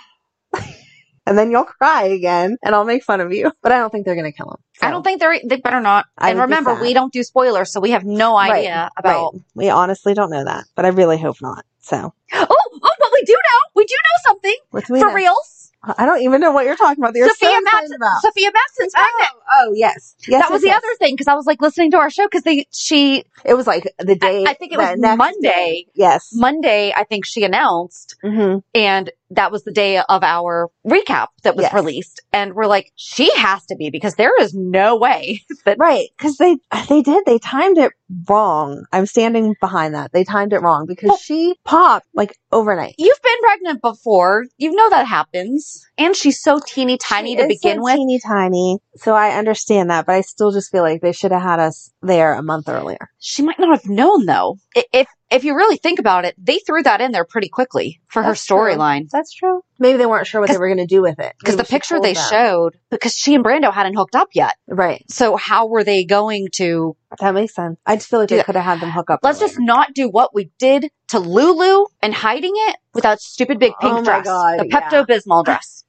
[SPEAKER 2] and then you'll cry again and I'll make fun of you. But I don't think they're going to kill him.
[SPEAKER 4] I don't think they're, they better not.
[SPEAKER 2] I
[SPEAKER 4] and
[SPEAKER 2] would be
[SPEAKER 4] remember,
[SPEAKER 2] sad.
[SPEAKER 4] we don't do spoilers, so we have no
[SPEAKER 2] Right,
[SPEAKER 4] idea about.
[SPEAKER 2] we honestly don't know that, but I really hope not. So,
[SPEAKER 4] Oh, oh, but we do know. We do know something
[SPEAKER 2] what do we
[SPEAKER 4] for
[SPEAKER 2] know?
[SPEAKER 4] reals.
[SPEAKER 2] I don't even know what you're talking about. that You're
[SPEAKER 4] Sophia
[SPEAKER 2] so excited
[SPEAKER 4] Madsen-
[SPEAKER 2] about.
[SPEAKER 4] Sophia Madsen's pregnant.
[SPEAKER 2] Oh, oh, yes. yes.
[SPEAKER 4] that was the
[SPEAKER 2] yes,
[SPEAKER 4] other thing because I was like listening to our show because they she
[SPEAKER 2] yes. It was like the day.
[SPEAKER 4] I think it was
[SPEAKER 2] the next
[SPEAKER 4] Monday.
[SPEAKER 2] day. Yes.
[SPEAKER 4] Monday I think she announced
[SPEAKER 2] Mhm.
[SPEAKER 4] and that was the day of our recap that was
[SPEAKER 2] Yes.
[SPEAKER 4] released and we're like she has to be because there is no way that
[SPEAKER 2] Right. Cause they, they did. They timed it wrong. I'm standing behind that. They timed it wrong because
[SPEAKER 4] Well-
[SPEAKER 2] she popped like overnight.
[SPEAKER 4] you've been pregnant before you know that happens and she's so teeny tiny
[SPEAKER 2] She
[SPEAKER 4] to
[SPEAKER 2] is
[SPEAKER 4] begin
[SPEAKER 2] so
[SPEAKER 4] with
[SPEAKER 2] Teeny tiny. So I understand that, but I still just feel like they should have had us there a month earlier.
[SPEAKER 4] she might not have known though I- if if you really think about it they threw that in there pretty quickly for
[SPEAKER 2] That's
[SPEAKER 4] her
[SPEAKER 2] true.
[SPEAKER 4] storyline
[SPEAKER 2] That's true. Maybe they weren't sure what they
[SPEAKER 4] 'Cause-
[SPEAKER 2] were going to do with it.
[SPEAKER 4] Because
[SPEAKER 2] Maybe
[SPEAKER 4] the
[SPEAKER 2] she
[SPEAKER 4] picture
[SPEAKER 2] told
[SPEAKER 4] they
[SPEAKER 2] them.
[SPEAKER 4] showed, because she and Brando hadn't hooked up yet.
[SPEAKER 2] Right.
[SPEAKER 4] So how were they going to?
[SPEAKER 2] That makes sense. I just feel like
[SPEAKER 4] Do
[SPEAKER 2] they
[SPEAKER 4] that.
[SPEAKER 2] could have had them hook up.
[SPEAKER 4] Let's
[SPEAKER 2] earlier.
[SPEAKER 4] just not do what we did to Lulu and hiding it with that stupid big pink
[SPEAKER 2] Oh my
[SPEAKER 4] dress,
[SPEAKER 2] God,
[SPEAKER 4] the
[SPEAKER 2] yeah.
[SPEAKER 4] Pepto Bismol dress.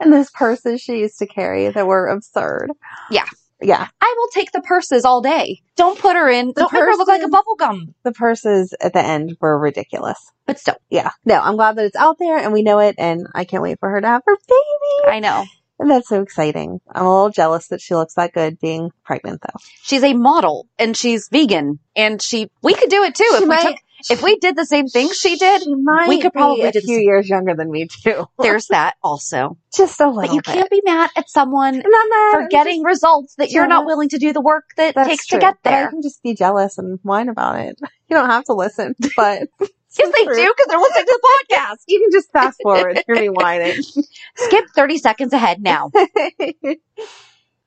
[SPEAKER 2] and those purses she used to carry that were absurd.
[SPEAKER 4] Yeah.
[SPEAKER 2] Yeah.
[SPEAKER 4] I will take the purses all day. Don't put her in.
[SPEAKER 2] The
[SPEAKER 4] don't make her look like a
[SPEAKER 2] purses.
[SPEAKER 4] bubble gum.
[SPEAKER 2] The purses at the end were ridiculous.
[SPEAKER 4] But still,
[SPEAKER 2] Yeah. No, I'm glad that it's out there and we know it and I can't wait for her to have her baby.
[SPEAKER 4] I know
[SPEAKER 2] And that's so exciting. I'm a little jealous that she looks that good being pregnant though.
[SPEAKER 4] she's a model and she's vegan, and she. We could do it too
[SPEAKER 2] She
[SPEAKER 4] if
[SPEAKER 2] might-
[SPEAKER 4] we took, if we did the same thing she did.
[SPEAKER 2] She might
[SPEAKER 4] we could
[SPEAKER 2] be
[SPEAKER 4] probably
[SPEAKER 2] a
[SPEAKER 4] do the
[SPEAKER 2] few
[SPEAKER 4] same.
[SPEAKER 2] years younger than me too.
[SPEAKER 4] There's that also.
[SPEAKER 2] Just a little
[SPEAKER 4] But you
[SPEAKER 2] bit.
[SPEAKER 4] can't be mad at someone
[SPEAKER 2] And I'm mad. I'm
[SPEAKER 4] for getting results that you're not
[SPEAKER 2] jealous.
[SPEAKER 4] willing to do the work that
[SPEAKER 2] That's
[SPEAKER 4] takes
[SPEAKER 2] true,
[SPEAKER 4] to get
[SPEAKER 2] but
[SPEAKER 4] there.
[SPEAKER 2] I can just be jealous and whine about it. You don't have to listen, but
[SPEAKER 4] Yes, they
[SPEAKER 2] True.
[SPEAKER 4] do because they're listening to the podcast.
[SPEAKER 2] you can just fast forward. Hear me whining.
[SPEAKER 4] Skip 30 seconds ahead now.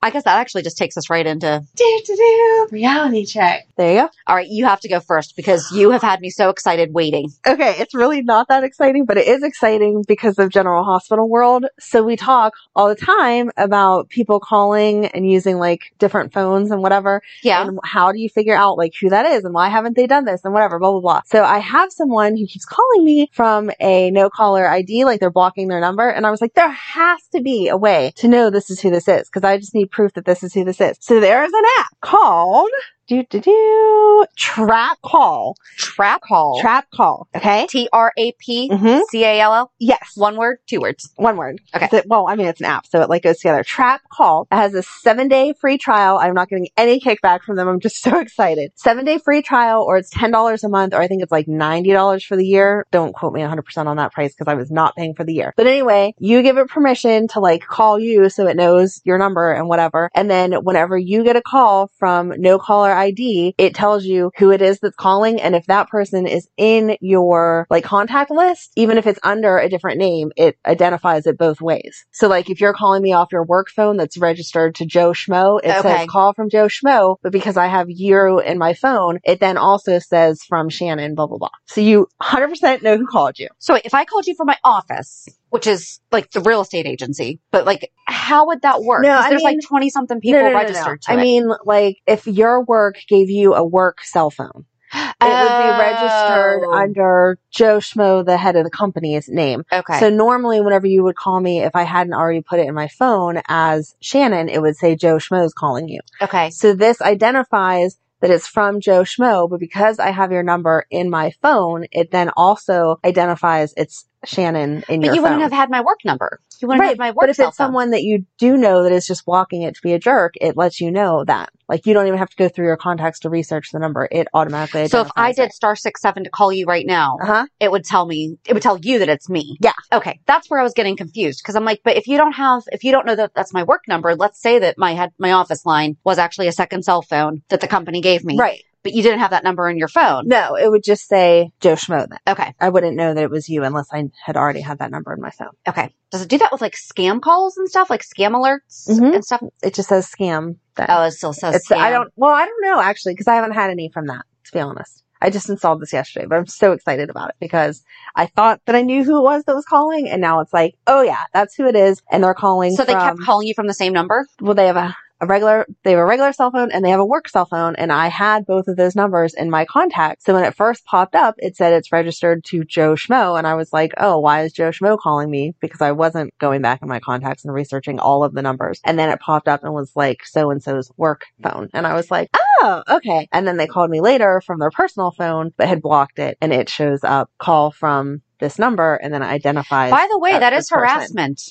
[SPEAKER 4] I guess that actually just takes us right into.
[SPEAKER 2] Do-do-do.
[SPEAKER 3] Reality check.
[SPEAKER 2] There you
[SPEAKER 4] All right, you have to go first because you have had me so excited waiting.
[SPEAKER 2] go. Okay, it's really not that exciting, but it is exciting because of General Hospital World. So we talk all the time about people calling and using like different phones and whatever.
[SPEAKER 4] Yeah.
[SPEAKER 2] And how do you figure out like who that is and why haven't they done this and whatever, blah, blah, blah. So I have someone who keeps calling me from a no caller ID, like they're blocking their number. And I was like, there has to be a way to know this is who this is because I just need proof that this is who this is. So there is an app called do, do, do, trap call,
[SPEAKER 4] Trap call.
[SPEAKER 2] trap call. Okay.
[SPEAKER 4] T R A P
[SPEAKER 2] Mhm.
[SPEAKER 4] C A L L.
[SPEAKER 2] Yes.
[SPEAKER 4] One word, two words.
[SPEAKER 2] One word.
[SPEAKER 4] Okay.
[SPEAKER 2] It's a- well, I mean, it's an app, so it like goes together. Trap Call It has a seven day free trial. I'm not getting any kickback from them. I'm just so excited. Seven day free trial, or it's ten dollars a month, or I think it's like ninety dollars for the year. Don't quote me 100 percent on that price because I was not paying for the year. But anyway, you give it permission to like call you, so it knows your number and whatever. And then whenever you get a call from no caller ID, it tells you who it is that's calling, and if that person is in your like contact list, even if it's under a different name, it identifies it both ways. So like if you're calling me off your work phone that's registered to Joe Schmo, it
[SPEAKER 4] Okay.
[SPEAKER 2] says call from Joe Schmo, but because I have you in my phone, it then also says from Shannon, blah blah blah. So you 100% know who called you.
[SPEAKER 4] So wait, if I called you from my office, which is like the real estate agency, but like how would that work?
[SPEAKER 2] No,
[SPEAKER 4] 'Cause
[SPEAKER 2] I
[SPEAKER 4] there's
[SPEAKER 2] mean-
[SPEAKER 4] like 20 something people registered to
[SPEAKER 2] I
[SPEAKER 4] it.
[SPEAKER 2] mean, like if your work gave you a work cell phone, it would be registered
[SPEAKER 4] Oh.
[SPEAKER 2] under Joe Schmo, the head of the company's name.
[SPEAKER 4] Okay.
[SPEAKER 2] So normally, whenever you would call me, if I hadn't already put it in my phone as Shannon, it would say Joe Schmo's calling you.
[SPEAKER 4] okay.
[SPEAKER 2] So this identifies that it's from Joe Schmo, but because I have your number in my phone, it then also identifies it's Shannon in
[SPEAKER 4] But
[SPEAKER 2] your
[SPEAKER 4] you
[SPEAKER 2] phone.
[SPEAKER 4] wouldn't have had my work number. You wouldn't have my work
[SPEAKER 2] but if
[SPEAKER 4] cell
[SPEAKER 2] it's
[SPEAKER 4] phone.
[SPEAKER 2] someone that you do know that is just blocking it to be a jerk, it lets you know that. Like you don't even have to go through your contacts to research the number; it automatically.
[SPEAKER 4] So if I
[SPEAKER 2] identifies
[SPEAKER 4] did star six seven to call you right now,
[SPEAKER 2] it. uh-huh,
[SPEAKER 4] it would tell me it would tell you that it's me.
[SPEAKER 2] Yeah.
[SPEAKER 4] Okay. That's where I was getting confused because I'm like, but if you don't have if you don't know that that's my work number, let's say that my head my office line was actually a second cell phone that the company gave me.
[SPEAKER 2] right?
[SPEAKER 4] But you didn't have that number in your phone.
[SPEAKER 2] No, it would just say Joe Schmo. Then
[SPEAKER 4] Okay.
[SPEAKER 2] I wouldn't know that it was you unless I had already had that number in my phone.
[SPEAKER 4] Okay. Does it do that with like scam calls and stuff, like scam alerts
[SPEAKER 2] Mhm.
[SPEAKER 4] and stuff?
[SPEAKER 2] It just says scam. Then.
[SPEAKER 4] Oh, it still says
[SPEAKER 2] it's
[SPEAKER 4] scam.
[SPEAKER 2] I don't. Well, I don't know actually because I haven't had any from that. To be honest, I just installed this yesterday, but I'm so excited about it because I thought that I knew who it was that was calling, and now it's like, oh yeah, that's who it is, and they're calling.
[SPEAKER 4] So they kept
[SPEAKER 2] from-
[SPEAKER 4] calling you from the same number.
[SPEAKER 2] Well, they have a. A regular, they have a regular cell phone and they have a work cell phone. And I had both of those numbers in my contact. So when it first popped up, it said it's registered to Joe Schmo. And I was like, oh, why is Joe Schmo calling me? Because I wasn't going back in my contacts and researching all of the numbers. And then it popped up and was like, so and so's work phone. And I was like, oh, okay. And then they called me later from their personal phone, but had blocked it. And it shows up call from this number and then it identifies.
[SPEAKER 4] By the way,
[SPEAKER 2] that's
[SPEAKER 4] that is
[SPEAKER 2] this person.
[SPEAKER 4] harassment.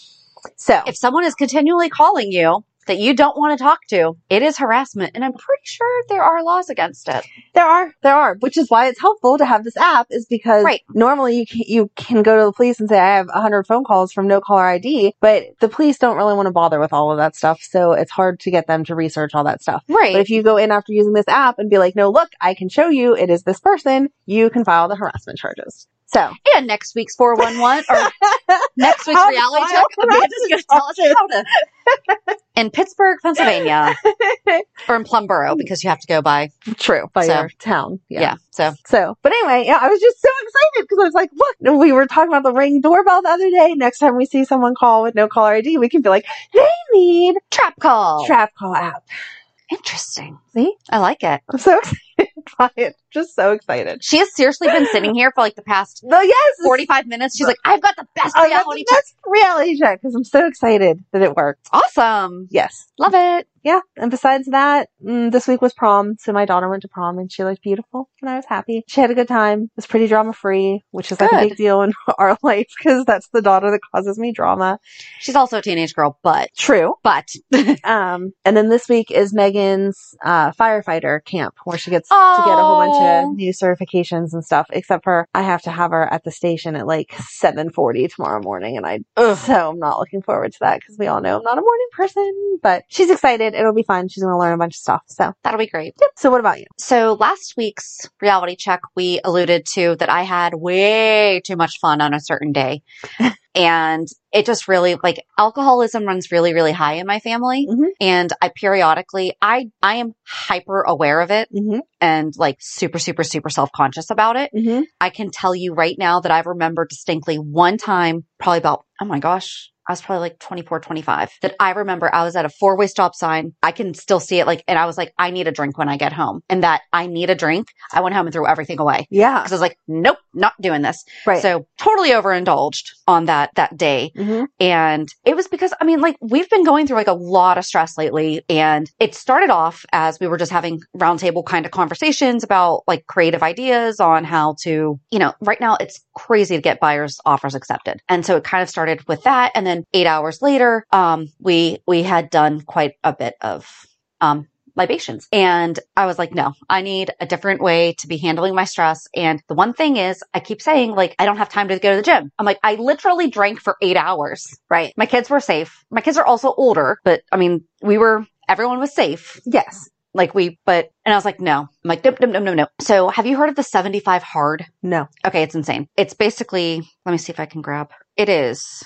[SPEAKER 2] So
[SPEAKER 4] if someone is continually calling you that you don't want to talk to, it is harassment. And I'm pretty sure there are laws against it.
[SPEAKER 2] There are, there are, which is why it's helpful to have this app is because
[SPEAKER 4] Right.
[SPEAKER 2] normally you can, you can go to the police and say, I have a hundred phone calls from no caller ID, but the police don't really want to bother with all of that stuff. So it's hard to get them to research all that stuff.
[SPEAKER 4] Right.
[SPEAKER 2] But if you go in after using this app and be like, no, look, I can show you it is this person, you can file the harassment charges. So
[SPEAKER 4] And next week's 411 or next weake's
[SPEAKER 2] How
[SPEAKER 4] reality
[SPEAKER 2] wild
[SPEAKER 4] check, Amanda's
[SPEAKER 2] horizons
[SPEAKER 4] going to tell us
[SPEAKER 2] are.
[SPEAKER 4] how to. In Pittsburgh, Pennsylvania, or in Plumborough, because you have to go by.
[SPEAKER 2] True. By
[SPEAKER 4] So-
[SPEAKER 2] your town.
[SPEAKER 4] Yeah. so
[SPEAKER 2] So, but anyway, yeah, I was just so excited because I was like, look, we were talking about the ring doorbell the other day. Next time we see someone call with no caller ID, we can be like, they need
[SPEAKER 4] trap call.
[SPEAKER 2] trap call app.
[SPEAKER 4] Interesting.
[SPEAKER 2] See?
[SPEAKER 4] I like it.
[SPEAKER 2] I'm so excited by it. Just so excited.
[SPEAKER 4] She has seriously been sitting here for like the past
[SPEAKER 2] No, yes.
[SPEAKER 4] 45 minutes. She's like, I've got the best
[SPEAKER 2] I got
[SPEAKER 4] reality
[SPEAKER 2] the
[SPEAKER 4] check.
[SPEAKER 2] best reality check because I'm so excited that it worked.
[SPEAKER 4] Awesome.
[SPEAKER 2] Yes.
[SPEAKER 4] Love it.
[SPEAKER 2] Yeah. And besides that, mm, this week was prom. So my daughter went to prom and she looked beautiful and I was happy. She had a good time. It was pretty drama free, which is like a
[SPEAKER 4] Good.
[SPEAKER 2] big deal in our life because that's the daughter that causes me drama.
[SPEAKER 4] She's also a teenage girl, but,
[SPEAKER 2] True.
[SPEAKER 4] but,
[SPEAKER 2] Um, and then this week is Megan's uh, firefighter camp where she gets to get a whole bunch
[SPEAKER 4] Oh.
[SPEAKER 2] of new certifications and stuff. Except for I have to have her at the station at like seven forty tomorrow morning, and I so I'm not looking forward to that because we all know I'm not a morning person. But she's excited; it'll be fun. She's going to learn a bunch of stuff. So,
[SPEAKER 4] that'll be great.
[SPEAKER 2] yep. So, what about you?
[SPEAKER 4] So last week's reality check, we alluded to that I had way too much fun on a certain day. and it just really like alcoholism runs really, really high in my family.
[SPEAKER 2] Mhm.
[SPEAKER 4] And I periodically, I, I am hyper aware of it
[SPEAKER 2] Mm-hmm,
[SPEAKER 4] and like super, super, super self conscious about it.
[SPEAKER 2] mm-hmm.
[SPEAKER 4] I can tell you right now that I remember distinctly one time, probably about, oh my gosh, I was probably like 24, 25, that I remember I was at a four way stop sign. I can still see it. Like, and I was like, I need a drink when I get home. And that I need a drink. I went home and threw everything away.
[SPEAKER 2] Yeah,
[SPEAKER 4] Cause I was like, nope, not doing this.
[SPEAKER 2] right.
[SPEAKER 4] So totally overindulged on that, that day.
[SPEAKER 2] mm-hmm,
[SPEAKER 4] And it was because, I mean, like we've been going through like a lot of stress lately. And it started off as we were just having roundtable kind of conversations about like creative ideas on how to, you know, right now it's crazy to get buyers offers accepted. And so it kind of started with that. And then eight hours later, um, we, we had done quite a bit of, um, libations. And I was like, no, I need a different way to be handling my stress. And the one thing is I keep saying like, I don't have time to go to the gym. I'm like, I literally drank for eight hours.
[SPEAKER 2] right.
[SPEAKER 4] My kids were safe. My kids are also older, but I mean, we were, everyone was safe.
[SPEAKER 2] Yes.
[SPEAKER 4] Like we, but, and I was like, no, I'm like, nope, nope, nope, nope, nope. So have you heard of the 75 hard?
[SPEAKER 2] No.
[SPEAKER 4] Okay. It's insane. It's basically, let me see if I can grab. It is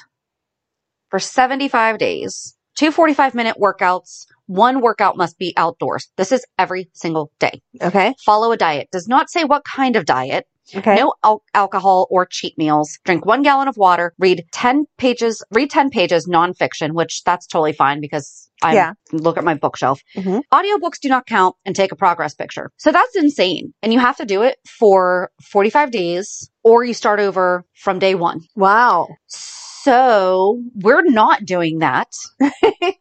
[SPEAKER 4] for 75 days, two 45 minute workouts. One workout must be outdoors. This is every single day.
[SPEAKER 2] Okay.
[SPEAKER 4] Follow a diet. Does not say what kind of diet.
[SPEAKER 2] Okay.
[SPEAKER 4] No al- alcohol or cheat meals. Drink one gallon of water. Read 10 pages, read 10 pages nonfiction, which that's totally fine because I
[SPEAKER 2] Yeah.
[SPEAKER 4] look at my bookshelf.
[SPEAKER 2] Mhm.
[SPEAKER 4] Audiobooks do not count and take a progress picture. So that's insane. And you have to do it for 45 days or you start over from day one.
[SPEAKER 2] Wow.
[SPEAKER 4] So we're not doing that.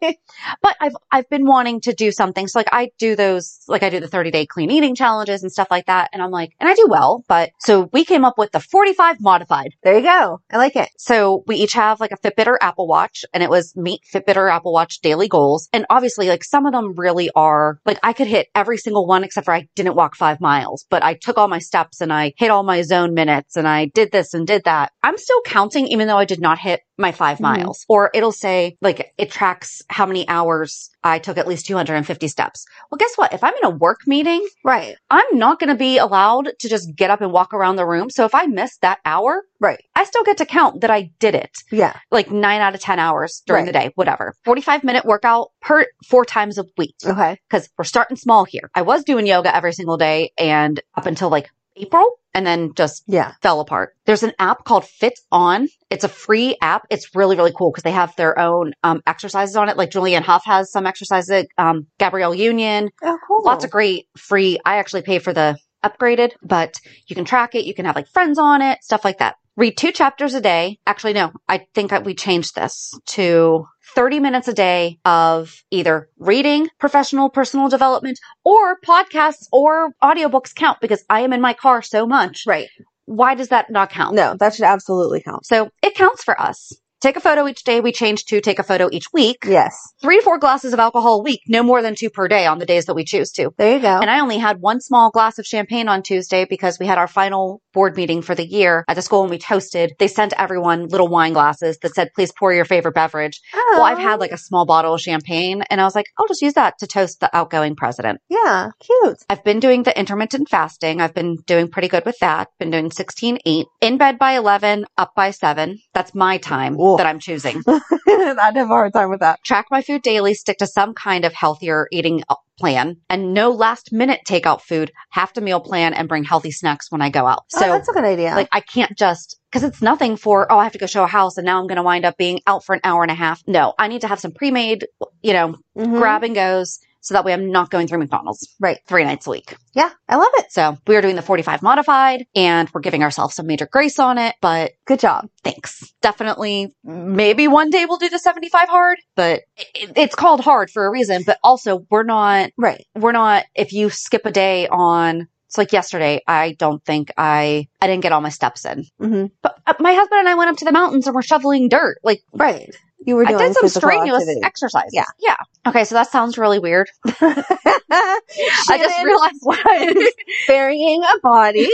[SPEAKER 4] but I've I've been wanting to do something. So like I do those like I do the 30 day clean eating challenges and stuff like that. And I'm like, and I do well, but so we came up with the 45 modified.
[SPEAKER 2] There you go. I like it.
[SPEAKER 4] So we each have like a Fitbit or Apple Watch and it was meet Fitbit or Apple Watch daily goals. And obviously like some of them really are like I could hit every single one except for I didn't walk five miles, but I took all my steps and I hit all my zone minutes and I did this and did that. I'm still counting even though I did not hit my 5
[SPEAKER 2] Mhm.
[SPEAKER 4] miles or it'll say like it tracks how many hours I took at least 250 steps. Well, guess what? If I'm in a work meeting,
[SPEAKER 2] Right.
[SPEAKER 4] I'm not going to be allowed to just get up and walk around the room. So if I miss that hour,
[SPEAKER 2] Right.
[SPEAKER 4] I still get to count that I did it
[SPEAKER 2] Yeah.
[SPEAKER 4] like nine out of 10 hours during the day, whatever. 45 minute workout per four times a week
[SPEAKER 2] Okay.
[SPEAKER 4] because we're starting small here. I was doing yoga every single day and up until like April and then just
[SPEAKER 2] Yeah.
[SPEAKER 4] fell apart. There's an app called Fit On. It's a free app. It's really, really cool because they have their own um, exercises on it. Like Julianne Hough has some exercises, um, Gabrielle Union,
[SPEAKER 2] Oh, cool.
[SPEAKER 4] lots of great free. I actually pay for the upgraded, but you can track it. You can have like friends on it, stuff like that. Read two chapters a day. Actually, no, I think that we changed this to 30 minutes a day of either reading, professional, personal development, or podcasts or audiobooks count because I am in my car so much.
[SPEAKER 2] Right.
[SPEAKER 4] Why does that not count?
[SPEAKER 2] No, that should absolutely count.
[SPEAKER 4] So it counts for us. Take a photo each day. We change to take a photo each week.
[SPEAKER 2] Yes.
[SPEAKER 4] Three to four glasses of alcohol a week, no more than two per day on the days that we choose to.
[SPEAKER 2] There you go.
[SPEAKER 4] And I only had one small glass of champagne on Tuesday because we had our final board meeting for the year at the school and we toasted. They sent everyone little wine glasses that said, please pour your favorite beverage. Well, I've
[SPEAKER 2] Oh,
[SPEAKER 4] had like a small bottle of champagne and I was like, I'll just use that to toast the outgoing president.
[SPEAKER 2] yeah, cute.
[SPEAKER 4] I've been doing the intermittent fasting. I've been doing pretty good with that. Been doing 16, 8, in bed by 11, up by 7. That's my time
[SPEAKER 2] Ooh.
[SPEAKER 4] that I'm choosing.
[SPEAKER 2] I'd have a hard time with that.
[SPEAKER 4] Track my food daily, stick to some kind of healthier eating uh, plan, and no last minute takeout food, half the meal plan, and bring healthy snacks when I go out.
[SPEAKER 2] So
[SPEAKER 4] So,
[SPEAKER 2] Oh, that's a good idea.
[SPEAKER 4] like, I can't just because it's nothing for, oh, I have to go show a house and now I'm going to wind up being out for an hour and a half. No, I need to have some pre made, you know,
[SPEAKER 2] Mhm.
[SPEAKER 4] grab and goes. So that way I'm not going through McDonald's.
[SPEAKER 2] Right.
[SPEAKER 4] Three nights a week.
[SPEAKER 2] Yeah, I love it.
[SPEAKER 4] So we are doing the 45 modified and we're giving ourselves some major grace on it, but
[SPEAKER 2] Good job.
[SPEAKER 4] thanks. Definitely, maybe one day we'll do the 75 hard, but it, it's called hard for a reason. But also, we're not,
[SPEAKER 2] Right.
[SPEAKER 4] we're not, if you skip a day on, it's like yesterday, I don't think I, I didn't get all my steps in.
[SPEAKER 2] hmm
[SPEAKER 4] But uh, my husband and I went up to the mountains and we're shoveling dirt. Like,
[SPEAKER 2] Right. You were
[SPEAKER 4] I
[SPEAKER 2] doing
[SPEAKER 4] did some
[SPEAKER 2] physical
[SPEAKER 4] strenuous
[SPEAKER 2] activity.
[SPEAKER 4] exercise.
[SPEAKER 2] Yeah.
[SPEAKER 4] Yeah. Okay. So that sounds really weird. I just
[SPEAKER 2] Shannon
[SPEAKER 4] realized what I was
[SPEAKER 2] burying a body.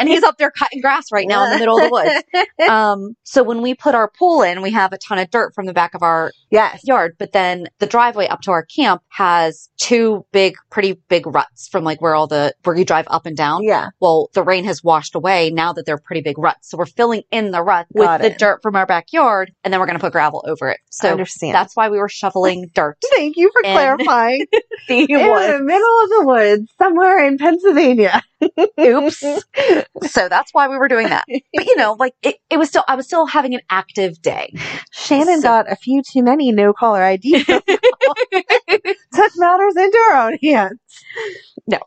[SPEAKER 4] and he's up there cutting grass right now in the middle of the woods. Um, so when we put our pool in, we have a ton of dirt from the back of our
[SPEAKER 2] Yes.
[SPEAKER 4] yard, but then the driveway up to our camp has two big, pretty big ruts from like where all the, where you drive up and down.
[SPEAKER 2] Yeah.
[SPEAKER 4] Well, the rain has washed away now that they're pretty big ruts. So we're filling in the rut
[SPEAKER 2] Got
[SPEAKER 4] with the
[SPEAKER 2] it.
[SPEAKER 4] dirt from our backyard and then we're going to put gravel over it.
[SPEAKER 2] I
[SPEAKER 4] So
[SPEAKER 2] understand.
[SPEAKER 4] that's why we were shoveling dirt.
[SPEAKER 2] Thank you for
[SPEAKER 4] And-
[SPEAKER 2] clarifying.
[SPEAKER 4] The
[SPEAKER 2] in the middle of the woods, somewhere in Pennsylvania.
[SPEAKER 4] Oops. so that's why we were doing that. But you know, like it, it was still, I was still having an active day.
[SPEAKER 2] Shannon
[SPEAKER 4] So-
[SPEAKER 2] got a few too many no caller ID. phone calls. Took matters into her own hands.
[SPEAKER 4] No.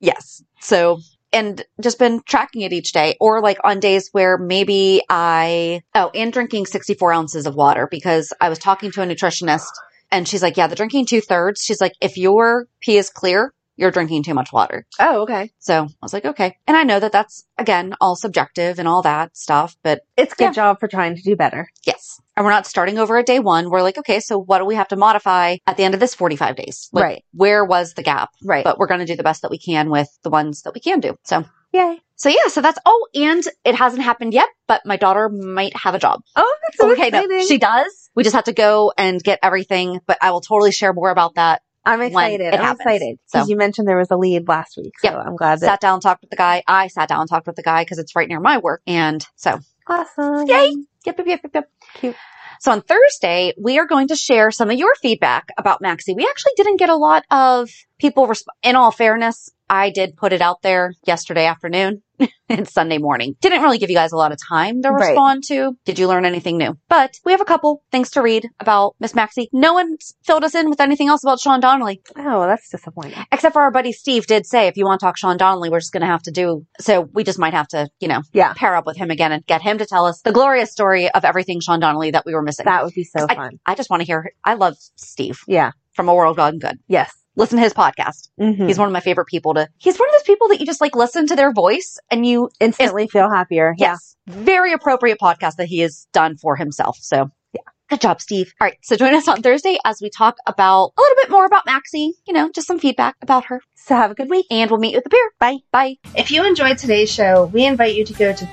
[SPEAKER 4] Yes. So, and just been tracking it each day or like on days where maybe I, oh, and drinking 64 ounces of water because I was talking to a nutritionist and she's like, yeah, the drinking two thirds. She's like, if your pee is clear, you're drinking too much water.
[SPEAKER 2] oh, okay.
[SPEAKER 4] So I was like, okay. And I know that that's again, all subjective and all that stuff, but
[SPEAKER 2] It's a good
[SPEAKER 4] Yeah.
[SPEAKER 2] job for trying to do better.
[SPEAKER 4] Yes. And we're not starting over at day one. We're like, okay, so what do we have to modify at the end of this 45 days? Like,
[SPEAKER 2] Right.
[SPEAKER 4] Where was the gap?
[SPEAKER 2] Right.
[SPEAKER 4] But we're going to do the best that we can with the ones that we can do. So,
[SPEAKER 2] Yay.
[SPEAKER 4] so yeah, so that's, oh, and it hasn't happened yet, but my daughter might have a job.
[SPEAKER 2] Oh, that's so
[SPEAKER 4] okay. No,
[SPEAKER 2] exciting.
[SPEAKER 4] she does. We just have to go and get everything, but I will totally share more about that.
[SPEAKER 2] I'm
[SPEAKER 4] when
[SPEAKER 2] excited.
[SPEAKER 4] it
[SPEAKER 2] I'm
[SPEAKER 4] happens.
[SPEAKER 2] excited. Because
[SPEAKER 4] So-
[SPEAKER 2] you mentioned there was a lead last week. So
[SPEAKER 4] Yep.
[SPEAKER 2] I'm glad that.
[SPEAKER 4] Sat down, talked with the guy. I sat down and talked with the guy because it's right near my work. And so
[SPEAKER 2] Awesome.
[SPEAKER 4] Yay. Yep, yep, yep, yep, yep.
[SPEAKER 2] Cute.
[SPEAKER 4] So on Thursday, we are going to share some of your feedback about Maxi. We actually didn't get a lot of people. Resp- in all fairness, I did put it out there yesterday afternoon and Sunday morning. Didn't really give you guys a lot of time to
[SPEAKER 2] Right.
[SPEAKER 4] respond to. Did you learn anything new? But we have a couple things to read about Miss Maxi. No one's filled us in with anything else about Sean Donnelly,
[SPEAKER 2] Oh, that's disappointing.
[SPEAKER 4] except for our buddy Steve did say, if you want to talk Sean Donnelly, we're just going to have to do. So we just might have to, you know,
[SPEAKER 2] Yeah.
[SPEAKER 4] pair up with him again and get him to tell us the glorious story of everything Sean Donnelly that we were missing.
[SPEAKER 2] That would be so fun.
[SPEAKER 4] I just want to hear. I love Steve
[SPEAKER 2] Yeah.
[SPEAKER 4] from A World Gone Good.
[SPEAKER 2] Yes.
[SPEAKER 4] Listen to his podcast.
[SPEAKER 2] Mhm.
[SPEAKER 4] He's one of my favorite people to. He's one of those people that you just like listen to their voice and you.
[SPEAKER 2] instantly feel happier. Yeah.
[SPEAKER 4] Yes. Very appropriate podcast that he has done for himself. So. yeah, Good job, Steve. All right. So join us on Thursday as we talk about a little bit more about Maxie, you know, just some feedback about her.
[SPEAKER 2] So have a good week.
[SPEAKER 4] And we'll meet you at the pier. Bye. Bye.
[SPEAKER 3] If you enjoyed today's show, we invite you to go to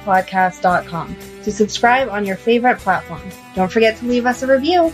[SPEAKER 3] peer54podcast.com to subscribe on your favorite platform. Don't forget to leave us a review.